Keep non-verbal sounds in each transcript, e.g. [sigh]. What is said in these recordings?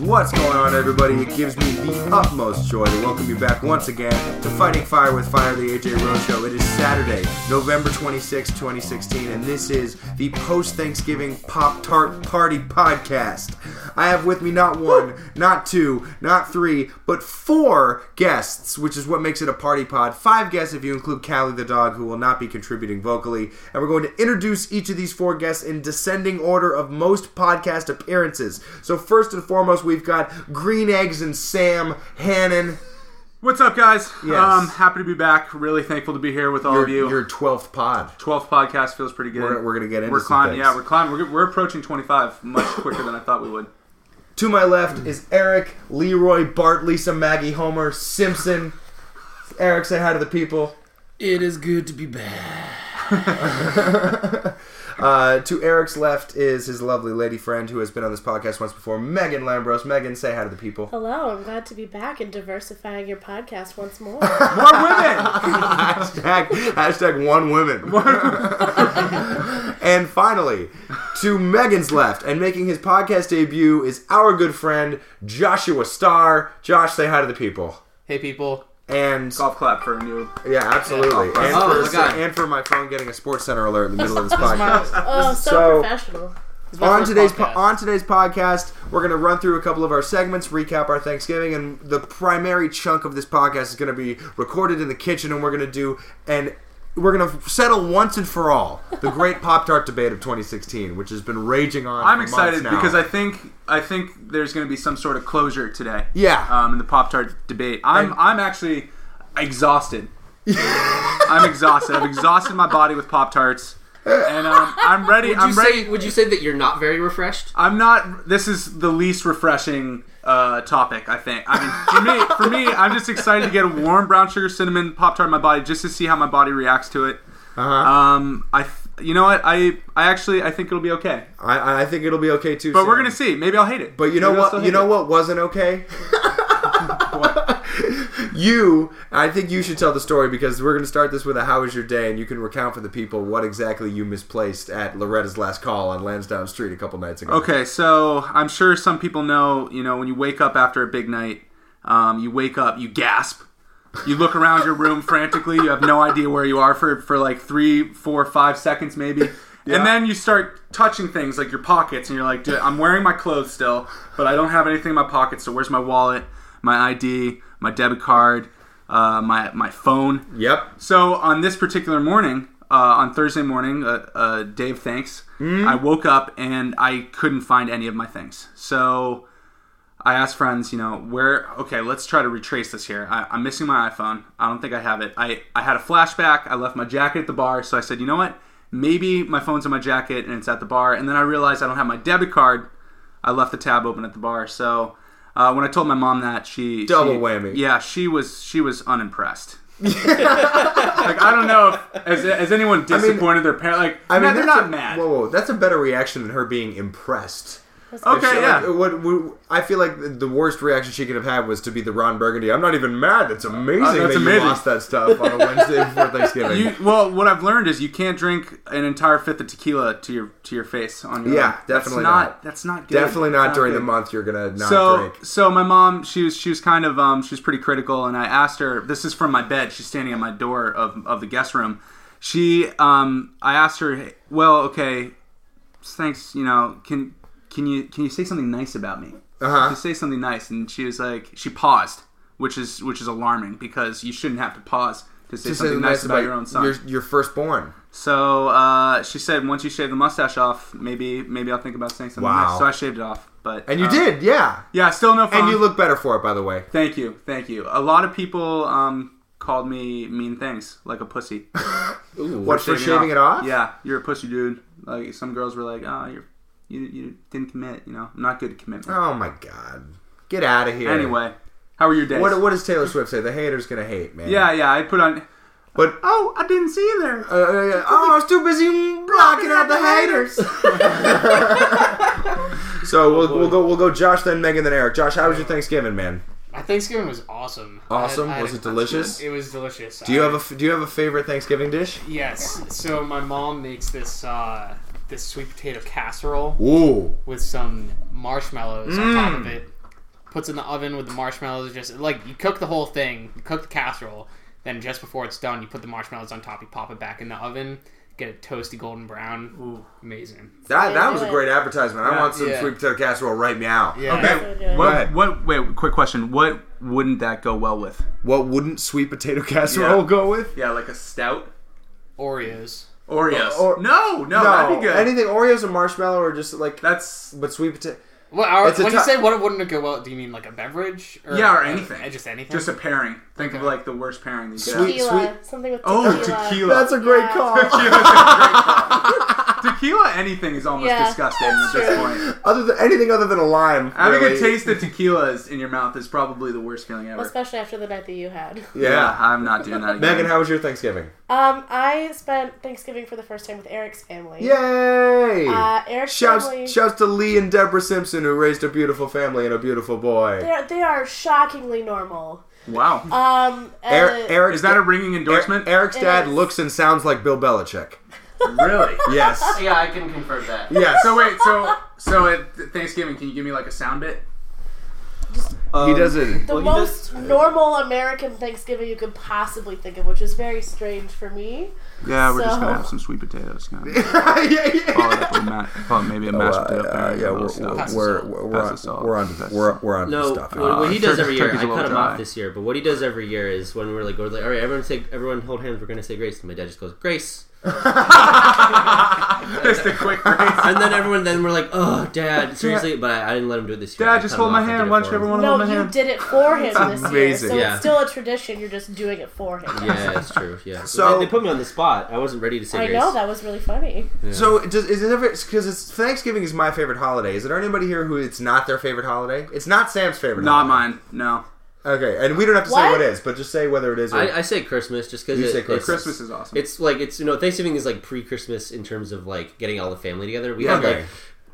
What's going on, everybody? It gives me the utmost joy to welcome you back once again to Fighting Fire with Fire, the AJ Road Show. It is Saturday, November 26, 2016, and this is the post Thanksgiving Pop Tart Party Podcast. I have with me not one, not two, not three, but four guests, which is what makes it a party pod. Five guests if you include Callie the dog, who will not be contributing vocally. And we're going to introduce each of these four guests in descending order of most podcast appearances. So, first and foremost, we've got Green Eggs and Sam Hannon. What's up, guys? Yes. Um, happy to be back. Really thankful to be here with all Your, of you. your 12th pod. 12th podcast feels pretty good. We're, we're going to get into We're some climbing. things. Yeah, we're climbing. We're, we're approaching 25 much quicker than I [laughs] thought we would. To my left is Eric, Leroy, Bart, Lisa, Maggie, Homer, Simpson. Eric, say hi to the people. It is good to be back. Uh, to Eric's left is his lovely lady friend who has been on this podcast once before, Megan Lambros. Megan, say hi to the people. Hello, I'm glad to be back and diversifying your podcast [laughs] once more. Oh, More women. hashtag, hashtag one women. and finally, to Megan's left and making his podcast debut is our good friend Joshua Starr. Josh, say hi to the people. Hey, people. And [laughs] Golf clap for a new. yeah, absolutely. Yeah. And, Oh, my for, God. and for my phone getting a Sports Center alert in the middle [laughs] of this podcast. Oh, so, so- professional. It's my on first today's podcast. po- on today's podcast, we're going to run through a couple of our segments, recap our Thanksgiving, and the primary chunk of this podcast is going to be recorded in the kitchen, and we're going to do and we're going to settle once and for all the [laughs] great Pop Tart debate of 2016, which has been raging on. I'm for months excited now. because I think I think there's going to be some sort of closure today. Yeah. Um, in the Pop Tart debate, I'm And- I'm actually [laughs] exhausted. I'm exhausted. I've exhausted my body with Pop Tarts, and um, I'm ready. Would I'm you, ready. say, would you say that you're not very refreshed? I'm not. This is the least refreshing uh, topic. I think. I mean, for me, for me, I'm just excited to get a warm brown sugar cinnamon pop tart in my body just to see how my body reacts to it. Uh-huh. Um, I, th- you know what? I, I actually, I think it'll be okay. I, I think it'll be okay too. But we're gonna see. Maybe I'll hate it. But you know Maybe I'll still what? You hate know it. what wasn't okay. you, I think you should tell the story because we're going to start this with a "How was your day?" and you can recount for the people what exactly you misplaced at Loretta's last call on Lansdowne Street a couple nights ago. Okay, so I'm sure some people know. You know, when you wake up after a big night, um, you wake up, you gasp, you look around your room frantically. You have no idea where you are for for like three, four, five seconds maybe, and then you start touching things like your pockets, and you're like, "Dude, I'm wearing my clothes still, but I don't have anything in my pockets. So where's my wallet, my ID, my debit card, uh, my my phone?" Yep. So on this particular morning, uh, on Thursday morning, uh, uh, day of thanks, Mm-hmm. I woke up and I couldn't find any of my things. So I asked friends, you know, where? Okay, let's try to retrace this here. I, I'm missing my iPhone. I don't think I have it. I I had a flashback. I left my jacket at the bar, so I said, you know what? Maybe my phone's in my jacket and it's at the bar. And then I realized I don't have my debit card. I left the tab open at the bar. So uh, when I told my mom that, she Double she- whammy. Yeah, she was she was unimpressed. Like I don't know if as, as anyone disappointed their parent. Like I mean, they're that's not a- mad. Whoa, whoa, that's a better reaction than her being impressed. okay, She- yeah. like, what, what- I feel like the worst reaction she could have had was to be the Ron Burgundy. I'm not even mad. It's amazing Oh, that's that you amazing." lost that stuff on a Wednesday [laughs] before Thanksgiving. you, well, what I've learned is you can't drink an entire fifth of tequila to your to your face on your Yeah, own. definitely that's not, not. That's not good. Definitely not That's during good. the month. You're gonna not so drink. so my mom she was she was kind of um she was pretty critical and I asked her this is from my bed she's standing at my door of of the guest room she um I asked her "Hey, well okay thanks you know can can you can you say something nice about me Uh-huh. Can you say something nice and she was like she paused which is which is alarming because you shouldn't have to pause to say Just something something nice about, your own son Your, your firstborn. so uh, she said once you shave the mustache off maybe maybe I'll think about saying something Wow. nice so I shaved it off but And you uh, did, yeah. yeah still no phone And you look better for it, by the way. Thank you, thank you. A lot of people um, called me mean things, like [laughs] a pussy. What for shaving it off? Yeah, you're a pussy, dude. Like some girls were like, "Oh, you're, you you didn't commit. You know, I'm not good at commitment." Oh my god. Get out of here. Anyway, how were your days? What, what does Taylor Swift say? The hater's gonna hate, man. yeah, yeah. I put on. But uh, Oh, I didn't see you there. uh, uh, oh, I was too busy blocking out the haters. so we'll, we'll go we'll go Josh then Megan then Eric. Josh, how was your Thanksgiving, man? My Thanksgiving was awesome. Awesome? Was it delicious? It was delicious. Uh, Do you have a f- do you have a favorite Thanksgiving dish? Yes. So my mom makes this uh, this sweet potato casserole Ooh, Mm. with some marshmallows on top of it. puts in the oven with the marshmallows. Just like you cook the whole thing, you cook the casserole. Then just before it's done, you put the marshmallows on top. You pop it back in the oven. Get it toasty golden brown. Ooh, amazing. That, that Yeah, was a yeah. great advertisement. I Yeah. want some Yeah. sweet potato casserole right now. Yeah. So Okay. good. Go What, ahead. what? Wait. Quick question. What wouldn't that go well with? What wouldn't sweet potato casserole Yeah. go with? Yeah, like a stout. Oreos. Oreos. Or- no, no, that'd be good. Anything Oreos or marshmallow or just like That's but sweet potato. Well, our, It's a when you tou- say what wouldn't it go well, do you mean like a beverage? Or, yeah, or uh, anything. just anything. Just a pairing. Think of Okay. like the worst pairing. That you Sweet- could Tequila. Something with Oh, tequila. tequila. That's a great Yeah. [laughs] call. have. tequila. Anything is almost Yeah, disgusting at this point. other than anything other than a lime. Having really. a taste of tequila is, in your mouth is probably the worst feeling ever. Especially after the night that you had. Yeah. yeah, I'm not doing that. Again. Megan, how was your Thanksgiving? Um, I spent Thanksgiving for the first time with Eric's family. Yay! Uh, Eric's family. shouts, shouts to Lee and Deborah Simpson who raised a beautiful family and a beautiful boy. They're, they are shockingly normal. Wow. Um, uh, Er- Eric's is that a da- ringing endorsement? Er- Eric's It dad is. looks and sounds like Bill Belichick. [laughs] really? [laughs] Yes. Yeah, I can confirm that. yes. So wait, so so at Thanksgiving, can you give me like a sound bit? he does it. the he most normal American Thanksgiving you could possibly think of, which is very strange for me. Yeah, we're just So- gonna have some sweet potatoes. Gonna [laughs] yeah, yeah. follow it up with ma- well, maybe a mashed potato pairing. uh, yeah, and all we're, this stuff. we're, Pass we're, us we're, Pass on, us all. we're on to Pass us we're, we're on to No, stuff. Uh, what, what he does turkey- every year, turkey's I a little cut him dry. off this year, but what he does every year is when we're like, we're like, all right, everyone say, everyone hold hands, we're gonna say grace, and my dad just goes grace, Just a [laughs] quick raise. and then everyone, then we're like, oh, dad, seriously, but I, I didn't let him do it this year. Dad, I cut just him hold my off, I did hand, it watch for him. everyone- One No, on my you hand. did it for him this year, amazing. so Yeah. it's still a tradition. You're just doing it for him. Yeah, that's true. Yeah, So- so they, they put me on the spot. I wasn't ready to say I grace. know that was really funny. So does is it ever because it's Thanksgiving is my favorite holiday? Is there anybody here who it's not their favorite holiday? It's not Sam's favorite. Not holiday. mine. No. Okay, and we don't have to say What? what is, but just say whether it is. Or, I, I say Christmas just because You say it's, Christmas is awesome. It's like it's you know Thanksgiving is like pre-Christmas in terms of like getting all the family together. We had Okay. like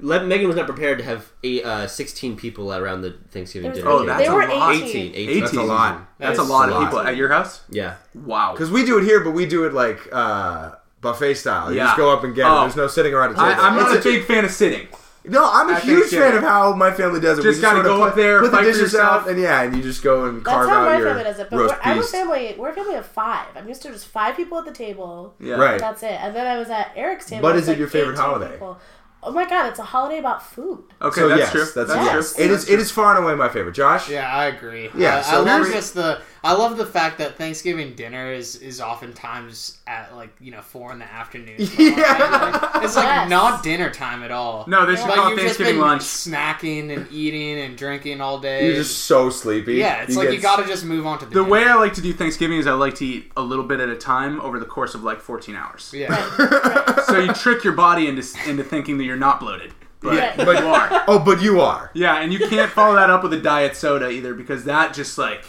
Le- Megan was not prepared to have eight, uh, sixteen people around the Thanksgiving It was dinner. eighteen. Oh, that's they a were lot. 18. 18, 18. That's a lot. That's, That's a lot a of lot. people at your house. Yeah. Wow. Because we do it here, but we do it like uh, buffet style. You Yeah. just go up and get it. Oh. There's no sitting around a table. I, I'm It's not a a- big fan of sitting. no, I'm a at huge fan Thanksgiving. of how my family does it. Just gotta sorta go put, up there, put the fight for dishes out, yourself. and yeah, and you just go and That's carve how out my your family does it. But roast we're, I'm a beast. family. We're a family of five. I'm used to just five people at the table. Yeah. Right. That's it. And then I was at Eric's table. But with, is it like, your favorite 18 holiday? people. Oh my god, it's a holiday about food. Okay, So that's yes, true. That's, That's, a true. yes. It is. It is far and away my favorite. Josh. Yeah, I agree. Yeah, I, so I love here's- just the I love the fact that Thanksgiving dinner is is oftentimes at like you know four in [laughs] the afternoon. Yeah. it's like Yes. not dinner time at all. No, they should But call it you've just been Thanksgiving lunch. snacking and eating and drinking all day. You're just so sleepy. yeah, it's like you get- gotta just move on to the The dinner. way I like to do Thanksgiving is I like to eat a little bit at a time over the course of like 14 hours. Yeah, [laughs] So you trick your body into into thinking that you're not bloated, but, Yeah. but you are. [laughs] Oh, but you are. Yeah, and you can't follow that up with a diet soda either because that just like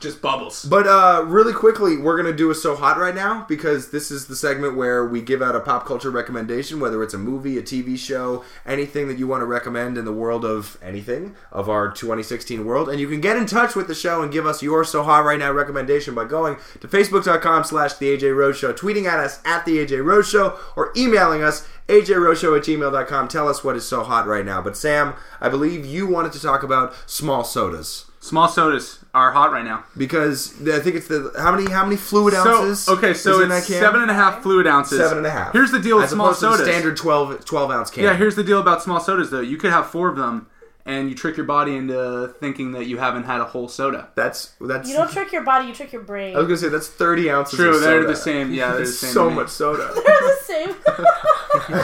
just bubbles. But uh, really quickly, we're gonna do a so hot right now because this is the segment where we give out a pop culture recommendation, whether it's a movie, a TV show, anything that you want to recommend in the world of anything of our 2016 world. And you can get in touch with the show and give us your so hot right now recommendation by going to facebook.com/slash the AJ Rose Show, tweeting at us at the AJ Rose Show, or emailing us ajroshow at gmail.com. Tell us what is so hot right now. But Sam, I believe you wanted to talk about small sodas Small sodas are hot right now. because I think it's the how many how many fluid ounces? So okay, so is in it's that can? seven and a half fluid ounces. Seven and a half. Here's the deal with As small opposed to the sodas. standard 12, 12 ounce can. Yeah, here's the deal about small sodas though. You could have four of them, and you trick your body into thinking that you haven't had a whole soda. that's that's. You [laughs] don't trick your body. You trick your brain. I was gonna say that's thirty ounces. True, of they're soda. the same. Yeah, they're the That's same. so to me. much soda. [laughs] [laughs] They're the same.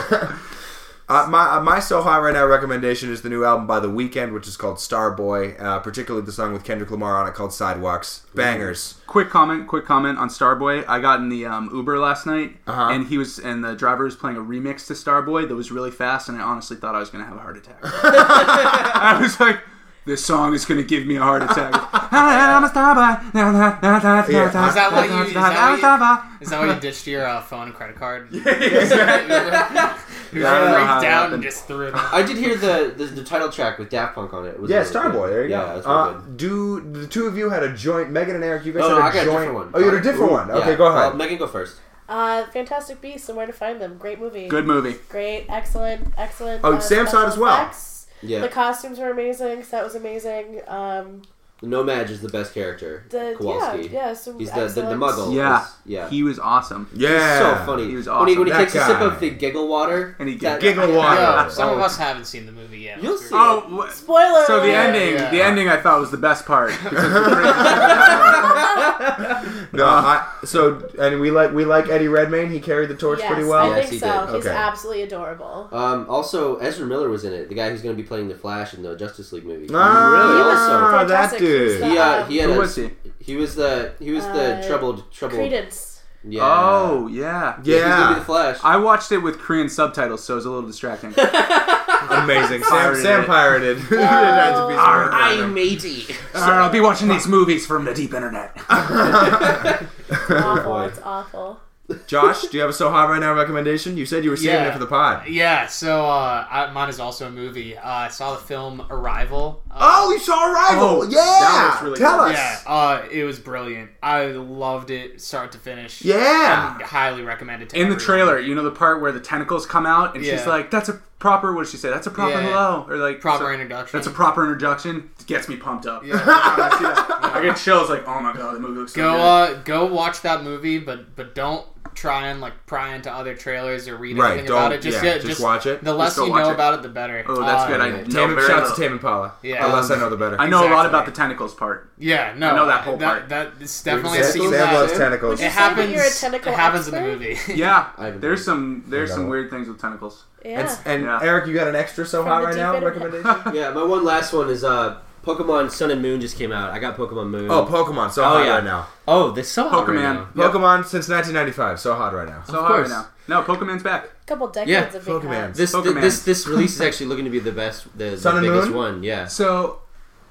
Uh, my uh, my so high right now recommendation is the new album by The Weeknd, which is called Starboy. Uh, particularly the song with Kendrick Lamar on it called Sidewalks. Bangers. Quick comment, quick comment on Starboy. I got in the um, Uber last night, Uh-huh. and he was, and the driver was playing a remix to Starboy that was really fast, and I honestly thought I was gonna have a heart attack. [laughs] I was like, this song is gonna give me a heart attack. I'm a Starboy. Yeah. is that what you? Is that what you, is that what you ditched your uh, phone and [laughs] credit card? Yeah, [laughs] you I don't know how freaked that out happened. and just threw it. out. I did hear the, the the title track with Daft Punk on it. It was Yeah, really good. Starboy. There you yeah, go. that's really uh, good. do the two of you had a joint? Megan and Eric, you guys No, no, had I got a joint. different one. Oh, you had a different one. Okay, Yeah. go ahead. Uh, Megan, go first. uh, Fantastic Beasts and Where to Find Them. Great movie. Good movie. Great. Excellent. Excellent. Oh, uh, Sam saw it special as well. effects. Yeah. The costumes were amazing. So that was amazing. Um, Nomad is the best character. the Kowalski. yeah, yeah. Some He's the, the, the excellent- muggle. Yeah. is- yeah. He was awesome. He's Yeah. so funny. He was When he, when he awesome. takes a sip That of guy. the giggle water. And he that- Giggle No, water. some of Oh. us haven't seen the movie yet. You'll That's see. weird. Oh, wha- Spoiler. so the alert. ending, Yeah. the ending, I thought was the best part. [laughs] No, I, so and we like we like Eddie Redmayne. He carried the torch Yes, pretty well. I Yes, think he so. did. He's Okay. absolutely adorable. Um, also, Ezra Miller was in it. The guy who's going to be playing the Flash in the Justice League movie. Ah, really He was Ah, that fantastic. He was dude. the, He, uh, he had Who a- was he? He was the he was the Uh, troubled troubled. Credence. Yeah. Oh yeah. He's gonna be Yeah, the Flash. I watched it with Korean subtitles, so it was a little [laughs] distracting. amazing. Sam, Pirated Sam it. pirated. [laughs] It had to be some Arr, random. matey. I'll be watching these movies from the deep [laughs] internet. Awful. [laughs] boy. Oh, It's awful. Josh, do you have a so hot right now recommendation? You said you were saving Yeah. it for the pod. Yeah, so uh, I, mine is also a movie. Uh, I saw the film Arrival. Uh, Oh, you saw Arrival! Oh, yeah, that was really tell good. us. Yeah, uh, it was brilliant. I loved it, start to finish. [laughs] Yeah. I highly recommend it. To In the everyone. trailer, you know the part where the tentacles come out, and she's Yeah. like, "That's a proper." What did she say? That's a proper Yeah. hello, or like proper so- introduction. That's a proper introduction. It gets me pumped up. Yeah. I, see that. [laughs] I get chills. Like, oh my god, the movie looks so go good. uh, go watch that movie, but but don't try and like pry into other trailers or read Right, anything don't- about it. Just yeah, yeah, just watch it. The less Just go you watch know it. about it, the better. Oh, that's Uh, good. I Yeah. know Tame, very shout out little. to Tame Impala. Yeah. Unless I know the better. I know a lot Exactly. about the tentacles [laughs] part. Yeah, no, I know that whole part. That it's definitely a Sam, scene Tentacles? Sam that loves Sam? tentacles. Would you it say that happens. you're a tentacle it happens in the expert? movie. Yeah, I haven't there's heard. some there's I some know. weird things with tentacles. Yeah. And, and Yeah. Eric, you got an extra so From hot the right deep now internet. recommendation? yeah, my one last one is uh Pokemon Sun and Moon just came out. I got Pokemon Moon. oh, Pokemon, so Oh, hot yeah. right now. oh, this so hot right Pokemon. now. Yep. Pokemon since 1995, so hot right now. So hot course. right now. No, Pokemon's back. A [laughs] couple decades Yeah, of being Pokemon. hot. This th- Pokemon. this this release is actually looking to be the best, the, the Sun and biggest Moon? one. Yeah. So,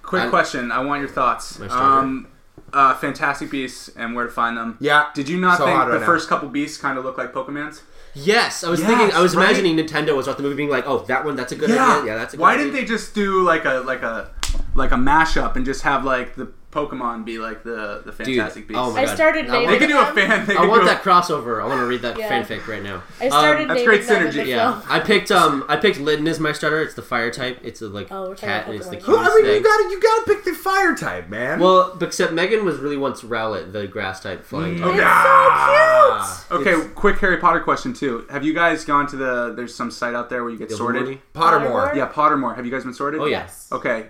quick I- question. I want your thoughts. My starter. Um, uh, Fantastic Beasts and where to find them. Yeah. Did you not So think hot the right now. first couple beasts kind of look like Pokemon's? Yes, I was Yes, thinking. I was right? imagining Nintendo was off the movie being like, "Oh, that one. That's a good idea. Yeah, that's a good Why idea. didn't they just do like a like a like a mashup and just have like the Pokemon be like the the Dude, Fantastic Beasts? Oh my I God. started I naming they could do a them. fan. They I could want do a- that crossover. I want to read that Yeah. fanfic right now. I started Um, that's naming great them in the synergy. [laughs] yeah, film. [laughs] I picked um I picked Litten as my starter. It's the fire type. It's a like Oh, we're talking cat about and it's the Pokemon. Who, cutest I mean, you thing. gotta, you gotta pick the fire type, man. Well, but except Megan was really wants Rowlet, the grass type Mm. flying. type. It's Ah. so cute. [laughs] Okay, quick Harry Potter question too. Have you guys gone to the? There's some site out there where you get sorted. Illuminati? Pottermore. Pottermore? Yeah, Pottermore. Have you guys been sorted? Oh yeah. Yes. Okay.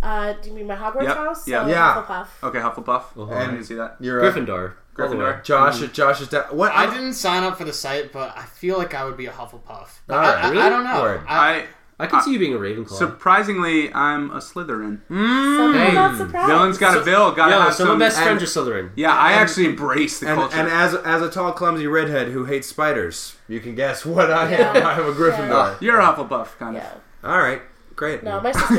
Uh, do you mean my Hogwarts Yep. house? Yeah. So, Yeah. Hufflepuff. Okay. Hufflepuff. Uh-huh. I didn't see that. You're uh, Gryffindor. all the way. Gryffindor. Josh. Josh is down. What? I didn't sign up for the site, but I feel like I would be a Hufflepuff. I- Alright, I, I really? don't know. Word. I, I I Uh, can see you being a Ravenclaw. surprisingly, I'm a Slytherin. Some people Hey. not surprised. Villain's got a bill. Gotta Yo, have so some. my best friends are and- Slytherin. yeah, I actually embrace the And, culture. and as as a tall, clumsy redhead who hates spiders, you can guess what I am. [laughs] Yeah. I am a Gryffindor. You're a Hufflepuff, kind of. Yeah. All right, great. No, my sister.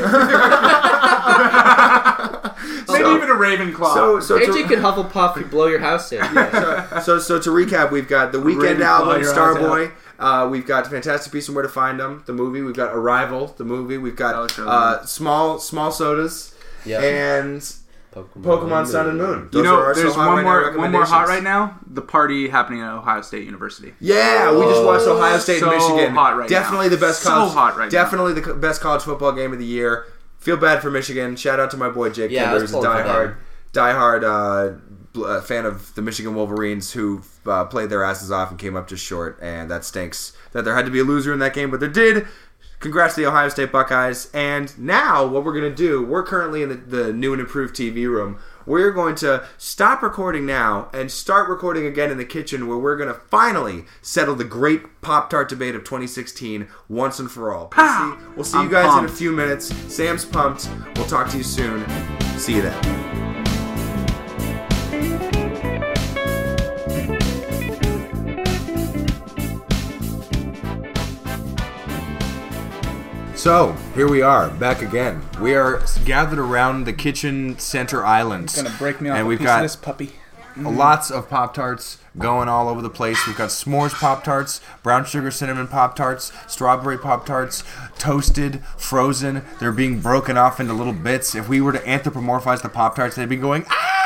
Maybe So- even a Ravenclaw. so so AJ to, can Hufflepuff you blow your house in. [laughs] so so to recap, we've got the weekend Ravenclaw, album, your eyes Starboy. Uh, we've got Fantastic Beasts and Where to Find Them, the movie. We've got Arrival, the movie. We've That'll got show uh, small small sodas Yeah. and Pokemon, Pokemon Sun and Moon. you Those are know, our So there's Hot one Right Now more one more hot recommendations. right now. The party happening at Ohio State University. Yeah, we just watched Ohio State so and Michigan. hot right definitely now. the best. So college, hot right now. Definitely the co- best college football game of the year. Feel bad for Michigan. Shout out to my boy Jake Yeah, I Kimber, was who's a pulling for diehard, diehard uh, bl- uh, fan of the Michigan Wolverines, who uh, played their asses off and came up just short, and that stinks. That there had to be a loser in that game, but there did. Congrats to the Ohio State Buckeyes. And now, what we're going to do, we're currently in the, the new and improved TV room. We're going to stop recording now and start recording again in the kitchen where we're going to finally settle the great Pop Tart debate of 2016 once and for all. We'll see, we'll see you Ah, I'm guys in a pumped. few minutes. Sam's pumped. We'll talk to you soon. See you then. So here we are, back again. We are gathered around the kitchen center islands. and we've got puppy. lots of pop tarts going all over the place. We've got s'mores pop tarts, brown sugar cinnamon pop tarts, strawberry pop tarts, toasted, frozen. They're being broken off into little bits. If we were to anthropomorphize the pop tarts, they'd be going ah.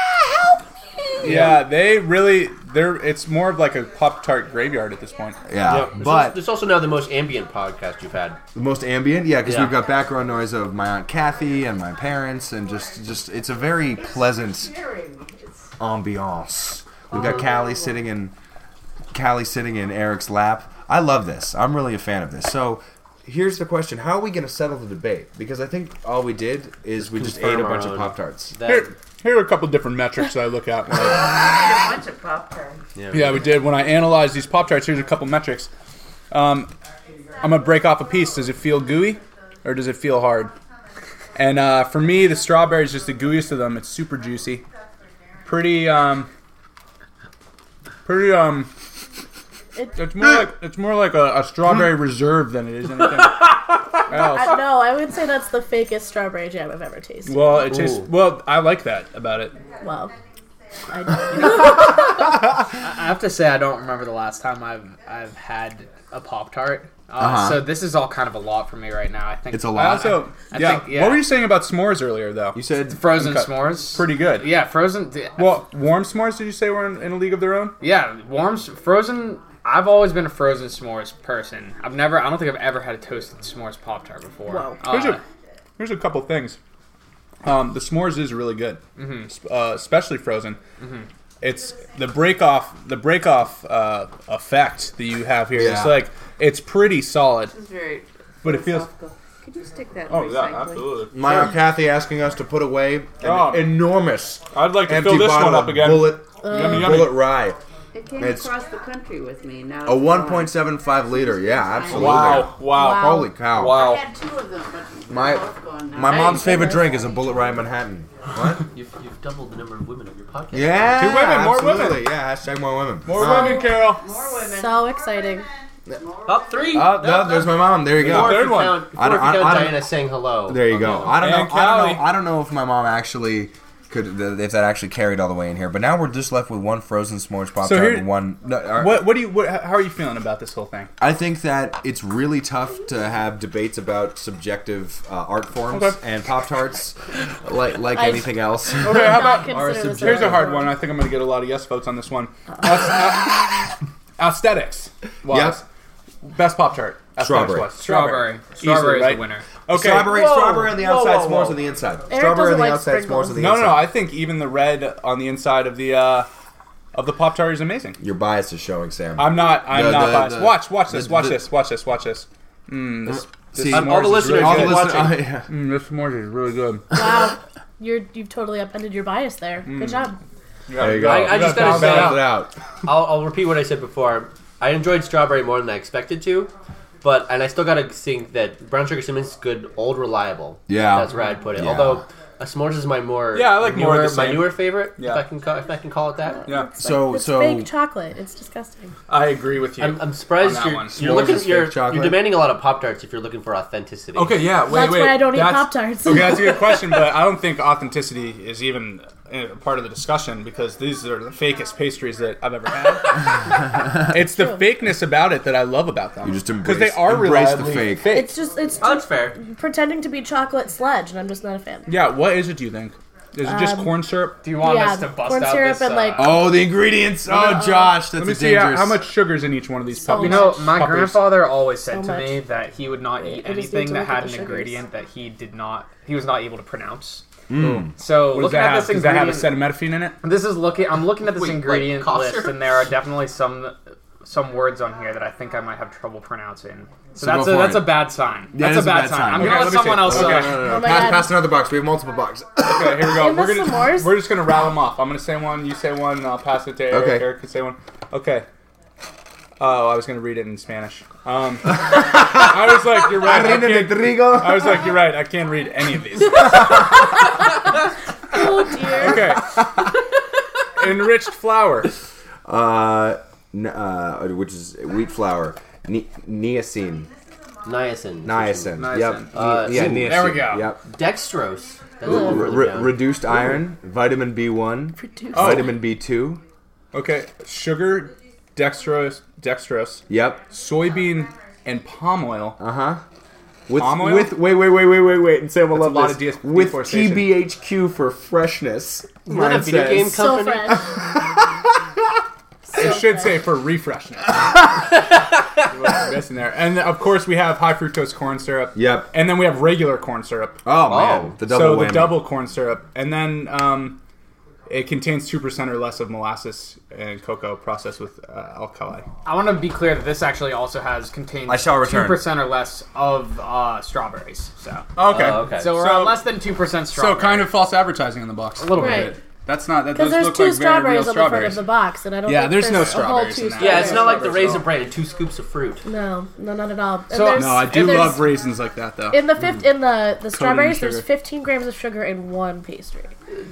Yeah, they really they're it's more of like a Pop Tart graveyard at this point. Yeah, Yep. It's also, Uh, but it's also now the most ambient podcast you've had. the most ambient, yeah, because Yeah. we've got background noise of my aunt Kathy and my parents, and just just it's a very pleasant ambiance. We've got Callie sitting in Callie sitting in Eric's lap. I love this. I'm really a fan of this. So here's the question: How are we going to settle the debate? Because I think all we did is we just ate a confirm bunch our of own. pop tarts. That, Here, here are a couple different metrics that I look at. when I- [laughs] a bunch of pop tarts. Yeah, we did. When I analyzed these Pop Tarts, here's a couple metrics. Um, I'm going to break off a piece. Does it feel gooey or does it feel hard? And uh, for me, the strawberry is just the gooeyest of them. It's super juicy. Pretty, um, pretty, um, it's more like, it's more like a, a [laughs] strawberry reserve than it is anything else. I, no, I would say that's the fakest strawberry jam I've ever tasted. Well, it tastes, Ooh. well, I like that about it. Well, I, I have to say I don't remember the last time I've I've had a pop tart. Uh, Uh-huh. So this is all kind of a lot for me right now. I think Uh, It's a I lot. also, I yeah, think- yeah. What were you saying about s'mores earlier, though? you said frozen Okay. s'mores. pretty good. Yeah, frozen. d- Well, warm s'mores, did you say were in, in a league of their own? Yeah, warm s- frozen. I've always been a frozen s'mores person. I've never. I don't think I've ever had a toasted s'mores pop tart before. Wow. Uh, Here's a, here's a couple things. Um, the s'mores is really good, mm-hmm. uh, especially frozen. It's the break off the break off uh, effect that you have here. It's Yeah. like it's pretty solid, This is very. but it feels philosophical. Could you stick that? in Oh yeah, recycling? absolutely. my aunt Kathy asking us to put away an Oh. enormous I'd like to empty fill this bottle one up of again. bullet Yummy, yummy. bullet rye. It came It's- across the country with me. Now A 1.75 liter, yeah, absolutely. Wow! Wow! Wow. Holy cow. I Wow! had two of them, but My- they're both gone now. My mom's Hey. favorite drink is a Bullet Rye Manhattan. What? You've, you've doubled the number of women on your podcast. Yeah. Two women, more absolutely. women. Yeah, hashtag more women. More Uh, women, Carol. More women. so exciting. Up three. Oh, no, there's my mom. There you Yeah. Four go. There- if Third you one. count- I Four don't- if you count I- I don't- Diana saying hello. There you on go. the other I don't know. And I don't know. Callie. I don't know if my mom actually could if that actually carried all the way in here. But now we're just left with one frozen s'mores pop So tart here- and one. No, uh, What? What do you? What, how are you feeling about this whole thing? I think that it's really tough to have debates about subjective uh, art forms Okay. and pop tarts, like like I- anything else. Okay, how about Not Our consider this Here's a hard wrong. one. I think I'm going to get a lot of yes votes on this one. [laughs] Aes- Aesthetics. Wise. Best Pop Tart. Strawberry. strawberry. Easily, Strawberry is right? the winner. Okay. Strawberry, Whoa, strawberry on the whoa, outside, whoa, s'mores whoa. on the inside. doesn't strawberry on the like outside, sprinkles. s'mores on the No, inside. no, no. I think even the red on the inside of the uh, of the Pop Tart is amazing. Your bias is showing, Sam. I'm not. I'm The- not the- biased. the- watch, watch this, the- watch the- this, watch this, watch this. Mm, this, See, s'mores all the is really listeners- All good. the Watching. listeners- oh, yeah. Mm, this s'mores is really good. Wow, you're you've totally upended your bias there. Hmm. Good job. There you go. I- I just gotta say- Balance it out. I'll, I'll repeat what I said before. I enjoyed strawberry more than I expected to, but and I still gotta think that brown sugar cinnamon is good, old reliable. Yeah. that's where I'd put it. Yeah. Although a s'mores is my more Yeah, I like more newer, of the my same. newer favorite. Yeah. if I can ca- if I can call it that. Yeah, So, It's so fake chocolate. It's disgusting. I agree with you. I'm, I'm surprised On that you're, one. you're S'mores looking is fake you're, chocolate. you're demanding a lot of pop tarts if you're looking for authenticity. okay, yeah. Wait, that's wait. why I don't eat that's- pop tarts. Okay, that's a good question, but I don't think authenticity is even uh, part of the discussion because these are the fakest pastries that I've ever had. [laughs] it's the fakeness about it that I love about them. You just because they embrace- are embrace the reliably fake. [laughs] it's just it's Oh, that's fair. pretending to be chocolate sledge, and I'm just not a fan. Yeah, what is it? Do you think? Is it Um, just corn syrup? Do you want Yeah, us to bust corn out syrup this? and, uh, like- Oh, the ingredients. uh, Oh, Josh, that's Let me a see how, dangerous. how much sugar's in each one of these So puppies. much. You know, my Puppies. grandfather always said So to me much. that he would not eat I just need anything to that look at had the an sugars. ingredient that he did not he was not able to pronounce. So What does looking that at have? this Does that have ingredient, a cetametophen in it? this is looking. I'm looking at this Wait, like ingredient cough list, syrup? and there are definitely some some words on here that I think I might have trouble pronouncing. So, go that's a for that's it. a bad sign. Yeah, that's it a is bad, sign. I'm Okay, gonna let let me see. someone else. Okay. No, uh, no, no. Oh my pass, God. pass another box. We have multiple boxes. Okay, here we go. And the We're gonna s'mores? we're just gonna rattle them off. I'm gonna say one, you say one, and I'll pass it to Eric. Okay. Eric can say one. Okay. Oh, I was gonna read it in Spanish. [laughs] Um, I was like, you're right. I, can't- I was like, you're right. I can't read any of these. Oh [laughs] dear. Okay. Enriched flour. Uh, n- uh, which is wheat flour, ne- niacin, Niacin. niacin. Yep. Niacin. Ne- Uh, yeah, ooh. niacin. There we go. Yep. Dextrose. That's Re- one further re- down. reduced iron, vitamin B1, vitamin B2. Okay. Sugar, dextrose, dextrose, Yep. soybean, and palm oil. Uh huh. With, Palm oil? with wait wait wait wait wait wait and Sam will That's a love lot this of DS with deforestation. TBHQ for freshness. Isn't that a mine video says. game So company? fresh. it should say for [laughs] refreshment. missing there, and of course we have high fructose corn syrup. Yep. And then we have regular corn syrup. Oh, Oh. man, the double so whammy. the double corn syrup, and then um, it contains two percent or less of molasses and cocoa processed with uh, alkali. I want to be clear that this actually also has contained I shall return. two percent or less of uh, strawberries. So, Okay. Oh, okay. so we're So- at less than two percent So strawberries. kind of false advertising on the box. A little Right. That's not that Because doesn't there's look two like very real strawberries on the front strawberries. of the box, and I don't. Yeah, think there's no a whole strawberries two in that. Yeah, it's not like the Strawberries raisin bran. Two scoops of fruit. No, no, not at all. And So- there's- No, I do and there's- love raisins like that though. In the fifth, in the the strawberries, sugar. there's 15 grams of sugar in one pastry.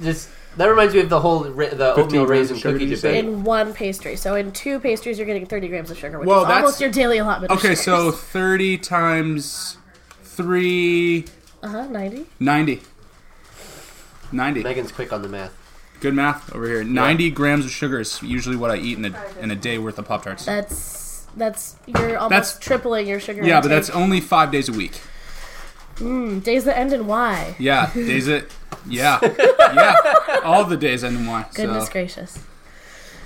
Just that reminds me of the whole ra- the 15 oatmeal raisin grams of sugar, cookie did you say? debate. In one pastry, so in two pastries, you're getting 30 grams of sugar, which Well, is that's- almost your daily allotment. of Okay, so sugars. 30 times 3 uh-huh, 90. 90. 90. Megan's quick on the math. Good math over here. 90 grams of sugar is usually what I eat in a, in a day worth of Pop Tarts. That's that's you're almost That's- tripling your sugar. Yeah, but that's intake. only five days a week. days that end in Y. Yeah, days it. Yeah, yeah. All the days end in Y. Goodness so. gracious.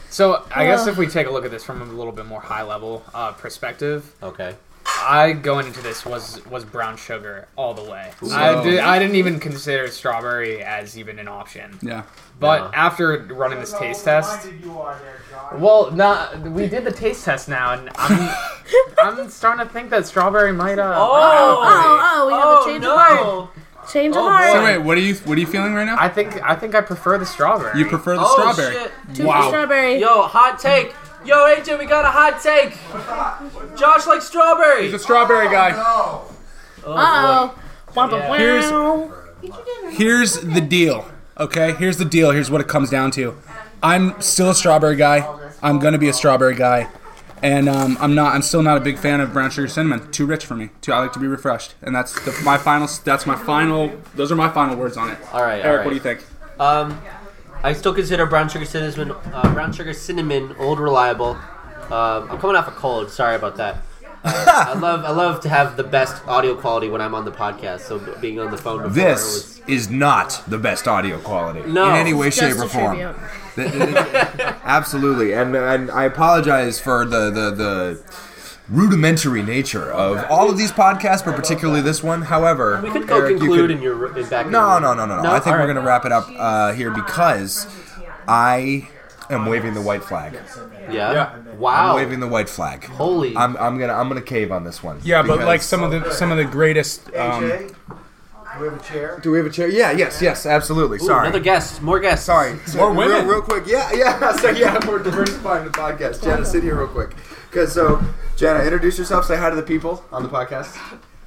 So I guess Ugh. if we take a look at this from a little bit more high level uh, perspective, Okay. I going into this was was brown sugar all the way. I, did, I didn't even consider strawberry as even an option. Yeah. But No. after running this taste test, well, nah, we did the taste test now, and [laughs] I'm I'm starting to think that strawberry might. Uh, Oh, oh, we have a change of heart. Change of Oh, So heart. wait, what are you what are you feeling right now? I think I think I prefer the strawberry. You prefer the Oh, strawberry? shit. Two for Wow. strawberry. Yo, hot take. Yo, AJ, we got a hot take. Josh likes strawberry. The strawberry guy. Uh oh. Wampa Here's- wow. Here's the deal. Okay, here's the deal. Here's what it comes down to. I'm still a strawberry guy. I'm gonna be a strawberry guy, and um, I'm not. I'm still not a big fan of brown sugar cinnamon. Too rich for me. Too. I like to be refreshed, and that's the, my final. That's my final. Those are my final words on it. All right, Eric, what do you think? Um, I still consider brown sugar cinnamon, uh, brown sugar cinnamon, old reliable. Um, I'm coming off a cold. Sorry [laughs] about that. Uh, I love, I love to have the best audio quality when I'm on the podcast. So being on the phone before This is not the best audio quality No. in any way, Just shape, a or form. tribute. Th- th- th- Absolutely, and and I apologize for the the. the rudimentary nature of all of these podcasts but particularly this one however we could go Eric, you conclude could- in your in back. no no no no no i think we're Alright. gonna wrap it up uh, here because i am waving the white flag Yeah. Yeah. Wow. i'm waving the white flag Holy. i'm, I'm gonna i'm gonna cave on this one Yeah, but because- like some of the some of the greatest. Um, AJ, we have a chair. do we have a chair yeah yes yes absolutely Ooh, sorry Another guest. More guests. Sorry. Or women. Real, real quick. Yeah, yeah. [laughs] So yeah, we're diversifying the podcast. Jana, sit here real quick. Cause so Jana, introduce yourself, say hi to the people on the podcast.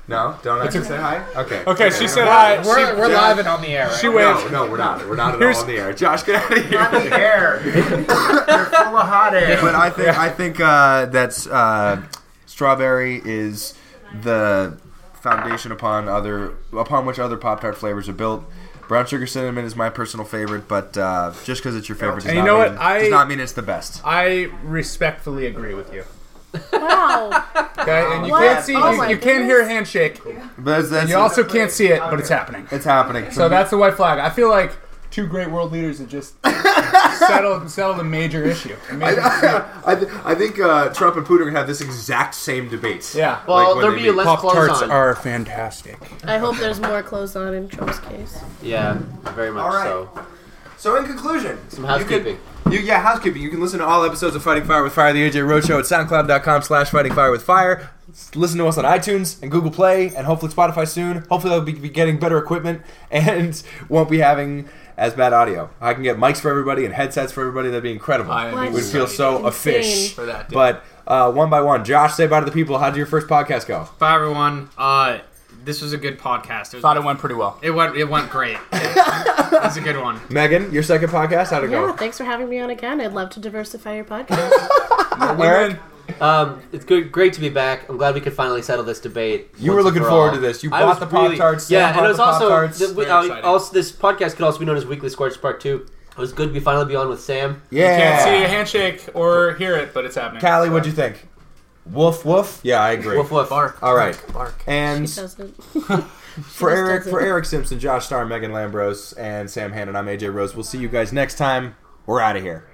No? Don't actually say hi? Okay. okay, she said hi. She, We're, we're live and on the air. Right? she No, waved. no, we're not. We're not at Here's- all on the air. Josh, get out of here. Hot [laughs] air. You're full of hot air. But I think I think uh, that's uh, strawberry is the foundation upon other upon which other Pop Tart flavors are built. Brown sugar cinnamon is my personal favorite, but uh, just because it's your favorite does, And not, you know mean, what? I- does not mean it's the best. I respectfully agree with you. Wow. Okay, and you What? can't see. Oh you my you can't hear a goodness. handshake. But that's, You also can't see it, but it's happening. It's happening. So that's the white flag. I feel like two great world leaders that just settled settled a major issue. A major- [laughs] I, th- I think uh, Trump and Putin have this exact same debate. yeah. Well, Like, when there'll they be meet. less clothes on. fantastic. I hope there's more clothes on in Trump's case. yeah, very much All right. so. So in conclusion, Some housekeeping. You, yeah, housekeeping. You can listen to all episodes of Fighting Fire with Fire, the AJ Road Show at soundcloud.com slash fighting fire with fire. Listen to us on iTunes and Google Play and hopefully Spotify soon. Hopefully I'll be, be getting better equipment [laughs] and won't be having as bad audio. I can get mics for everybody and headsets for everybody. That'd be incredible. I am It would excited. feel so a Insane. fish. For that, dude. But uh, one by one, Josh, say bye to the people. How did your first podcast go? Bye everyone. Uh, this was a good podcast. It, was, Thought it went pretty well. it went it went great. It, was a good one. Megan, your second podcast, how'd it Yeah, go? thanks for having me on again. I'd love to diversify your podcast. [laughs] Eric, Um, it's good, great to be back. I'm glad we could finally settle this debate. You were once and looking for forward all. to this. You I bought was the Pop-Tarts, Sam Yeah, bought and it was the also, Pop-Tarts. th- we- Very uh, exciting. also this podcast could also be known as Weekly Scorch Part Two. It was good to be finally be on with Sam. yeah. Can't see a handshake or hear it, but it's happening. Callie, what'd you think? Woof woof. Yeah, I agree. Woof woof. All right. Bark. And She doesn't. for just Eric, doesn't. for Eric Simpson, Josh Starr, Megan Lambros, and Sam Hannon, I'm AJ Rose. We'll see you guys next time. We're out of here.